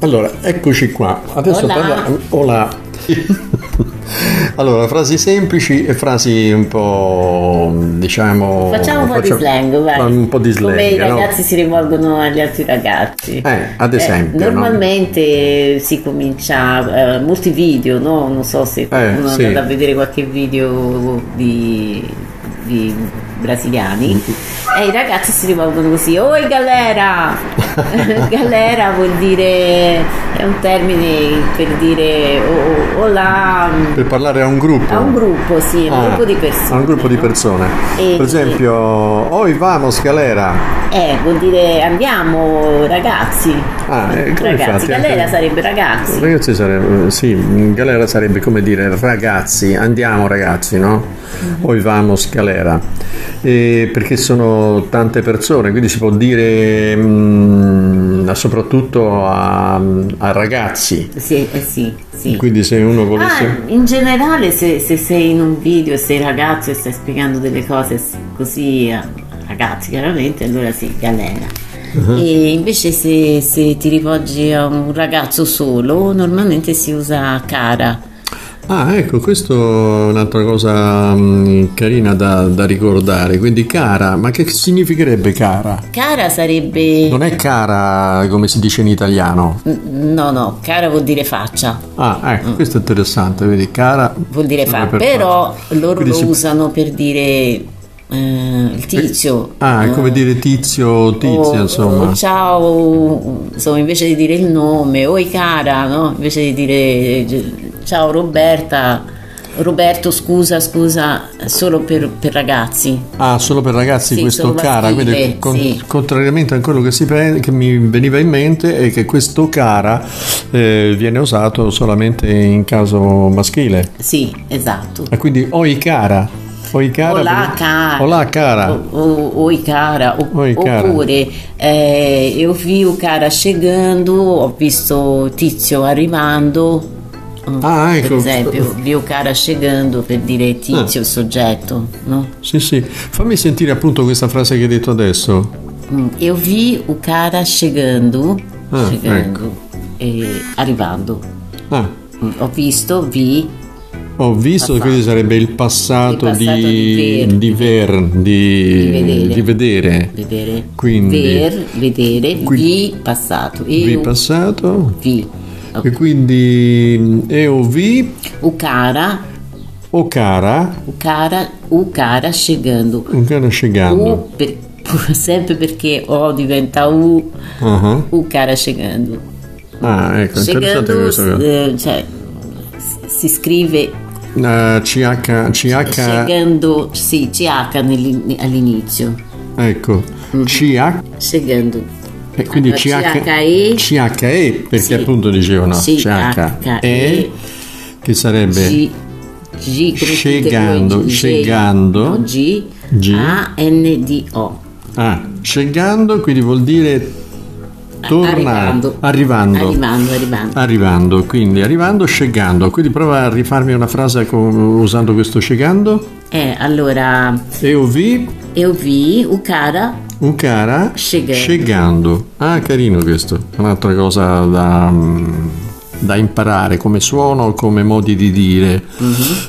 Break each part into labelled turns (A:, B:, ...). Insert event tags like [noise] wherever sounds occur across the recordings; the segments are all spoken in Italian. A: Allora, eccoci qua. Adesso
B: Hola.
A: parliamo. Hola. [laughs] allora, frasi semplici e frasi un po' diciamo.
B: Facciamo un po' di
A: faccia-
B: slang, vai.
A: Un po' di slang.
B: Come i
A: no?
B: ragazzi si rivolgono agli altri ragazzi.
A: Eh, ad
B: Eh,
A: esempio. no?
B: normalmente si comincia eh, molti video, no? Non so se qualcuno
A: Eh, sì.
B: è andato a vedere qualche video di, di brasiliani.
A: Mm-hmm.
B: E i ragazzi si rivolgono così, oi galera!
A: [laughs]
B: galera vuol dire, è un termine per dire, "Oh, oh, hola,
A: Per parlare a un gruppo.
B: a un gruppo, sì, a un
A: Ah,
B: gruppo di
A: A
B: persone.
A: un gruppo di
B: no?
A: persone.
B: E-
A: per esempio, oi vamos galera.
B: Eh, vuol dire andiamo ragazzi.
A: Ah, eh, come
B: ragazzi,
A: infatti, anche-
B: galera sarebbe ragazzi.
A: Ragazzi sarebbe, eh, sì, galera sarebbe come dire ragazzi, andiamo ragazzi, no?
B: Mm-hmm.
A: Poi vamos galera, E perché sono tante persone, quindi si può dire mm, soprattutto a, a ragazzi,
B: Sì, eh, sì, sì.
A: quindi se uno
B: Ah,
A: volesse...
B: in generale se, se sei in un video, sei ragazzo e stai spiegando delle cose s- così a ragazzi chiaramente, allora sì, galera.
A: Uh-huh.
B: E invece se, se ti rivolgi a un ragazzo solo, normalmente si usa cara.
A: Ah, ecco, questa è un'altra cosa mm, carina da, da ricordare, quindi cara, ma che significherebbe cara?
B: Cara sarebbe...
A: Non è cara come si dice in italiano.
B: No, no, cara vuol dire faccia.
A: Ah,
B: Mm.
A: ecco, questo è interessante, vedi, cara
B: vuol dire fa,
A: Vabbè, per
B: però loro
A: Quindi
B: lo
A: si-
B: usano per dire eh, il tizio.
A: Ah, è
B: eh, Oh,
A: come dire tizio o tizia,
B: o-
A: insomma.
B: o ciao, insomma, invece di dire il nome, oi cara, no? Invece di dire eh, gi- ciao Roberta, Roberto scusa, scusa, solo per, per ragazzi.
A: Ah, solo per ragazzi
B: Sì,
A: questo
B: solo
A: cara,
B: maschile,
A: quindi con-
B: sì.
A: contrariamente a quello che, si pe- che mi veniva in mente è che questo cara eh, viene usato solamente in caso maschile.
B: Sì, esatto.
A: Ah, quindi oi cara, oi cara.
B: Olà,
A: per-
B: cara. Oh.
A: Olà, cara.
B: O- o- Oi cara, o-
A: Oi, cara.
B: oppure eh, eu vi o cara chegando, ho visto tizio arrivando. Mm,
A: Ah,
B: Per
A: ecco. Ah.
B: esempio, vi o cara chegando per dire tizio, il soggetto, no?
A: Sì, sì. Fammi sentire appunto questa frase che hai detto adesso.
B: Mm, Eu vi o cara chegando,
A: Ah,
B: chegando, eh, arrivando.
A: Ah,
B: Mm, Ho visto, vi,
A: ho visto,
B: Passato.
A: quindi sarebbe il passato,
B: Il passato di ver.
A: di ver, di-
B: Di vedere.
A: Di vedere.
B: vedere,
A: Quindi-
B: ver, vedere,
A: Qui-
B: vi, passato,
A: Vi
B: eu,
A: passato
B: vi.
A: e quindi mm, EOV
B: O cara
A: o cara,
B: O cara, o cara chegando.
A: un cara
B: O
A: chegando.
B: per- [laughs] sempre perché O diventa U,
A: Ah,
B: o cara chegando.
A: ah, ecco, interessante
B: Chegando,
A: questo.
B: eh, cioè, s- si scrive
A: Eh, CH, CH,
B: chegando, sì, CH nell'in- all'inizio.
A: ecco,
B: Mm.
A: CH,
B: Chegando.
A: e quindi
B: CHE.
A: CH, CHE, perché
B: Sì.
A: appunto dicevano
B: CHE,
A: CHE, che sarebbe
B: G, G come
A: Chegando,
B: si dice? G-
A: chegando.
B: no, G,
A: G.
B: A, N, D, O.
A: ah, chegando, quindi vuol dire tornare,
B: Arrivando.
A: arrivando.
B: Arrivando, arrivando.
A: Arrivando, quindi arrivando, scegando. Quindi prova a rifarmi una frase con- usando questo scegando.
B: Eh, allora,
A: Eu vi
B: eu vi o cara
A: un Um cara
B: Scegando.
A: scegando. Ah, carino questo. Un'altra cosa da, mm, da imparare come suono, come modi di dire.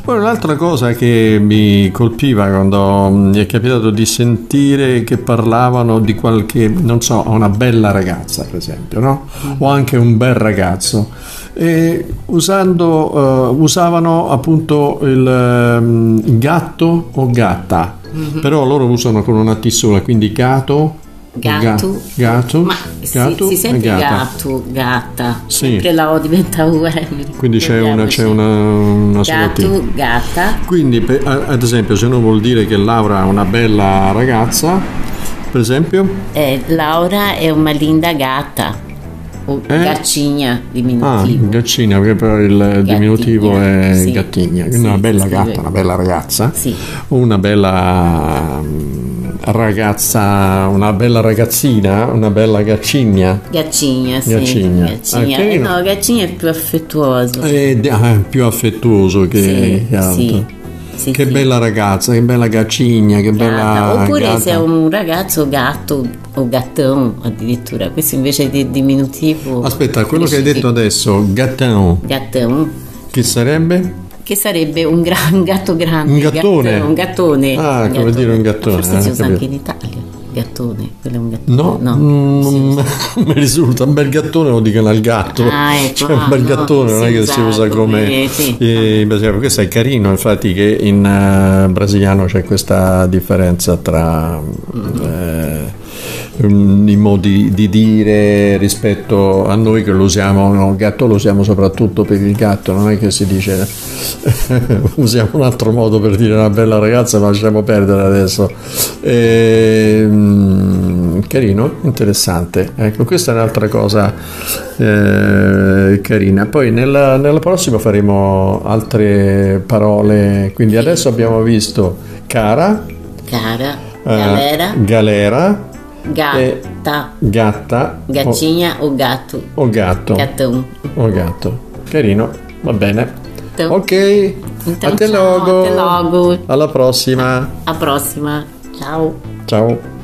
A: Poi un'altra cosa che mi colpiva quando mm, mi è capitato di sentire che parlavano di qualche, non so, una bella ragazza per esempio, no? O anche un bel ragazzo. E usando, eh, usavano appunto il ehm, gatto o gatta, però loro usano con una T sola, quindi gato, ga-
B: Gatto.
A: gatto,
B: Ma
A: gatto
B: si, si
A: e
B: sente
A: gata.
B: gatto, gatta.
A: Sì.
B: Sempre la O diventa U. eh,
A: Quindi c'è una, c'è
B: ricordiamoci.
A: una, una sola T.
B: Gatto, gatta.
A: Quindi, per- a- ad esempio, se uno vuol dire che Laura è una bella ragazza, per esempio,
B: Eh, Laura è una linda gatta. O
A: Eh?
B: gaccigna
A: ah,
B: diminutivo.
A: gaccina, perché però il diminutivo è
B: Sì.
A: gattigna, quindi
B: Sì,
A: una bella
B: sì,
A: gatta,
B: sì.
A: una bella ragazza.
B: Sì.
A: una bella mm, ragazza, una bella ragazzina, una bella gaccigna.
B: Gaccigna, sì.
A: Gaccigna.
B: Gaccigna.
A: Ah,
B: Eh,
A: carino. Eh,
B: no, gaccigna è più affettuoso.
A: È più ah, affettuoso che,
B: Sì,
A: che altro.
B: sì. Sì,
A: esatto. Che
B: sì.
A: bella ragazza, che bella gaccigna, che bella.
B: Gatta. Oppure
A: gatta.
B: se è un ragazzo gatto o gattone addirittura, questo invece di diminutivo.
A: Aspetta, quello che hai detto
B: specifico.
A: adesso, gattin,
B: Gattone,
A: che sarebbe?
B: che sarebbe un, gra- un gatto grande.
A: Un gattone?
B: gattone, Un gattone.
A: Ah,
B: un
A: come dire un gattone,
B: Forse
A: eh,
B: si usa
A: capito.
B: anche in Italia. Gattone, quello è un gattone.
A: No, mm, non [laughs] mi risulta. Un bel gattone lo dicono al gatto.
B: Ah,
A: [laughs]
B: ecco,
A: cioè, un
B: ah,
A: bel
B: no,
A: gattone non è
B: si
A: che
B: usa
A: si usa come.
B: come- sì. ah.
A: eh, brasiliano. questo è carino, infatti, che in eh, brasiliano c'è questa differenza tra. eh, mm, i modi di dire rispetto a noi che lo usiamo, no, gatto lo usiamo soprattutto per il gatto, non è che si dice [laughs] usiamo un altro modo per dire una bella ragazza, ma lasciamo perdere adesso. Ehm, carino, interessante. Ecco, questa è un'altra cosa eh, carina. Poi nella, nella prossima faremo altre parole, quindi adesso abbiamo visto cara,
B: Cara,
A: eh,
B: galera,
A: galera,
B: gatta,
A: gatta o-
B: gaccina o gatto.
A: o, gatto.
B: Gattone.
A: O gatto. Carino, va bene.
B: Gatto.
A: Ok,
B: Então,
A: a te
B: ciao,
A: logo.
B: a te logo.
A: Alla prossima.
B: A prossima. Ciao.
A: Ciao.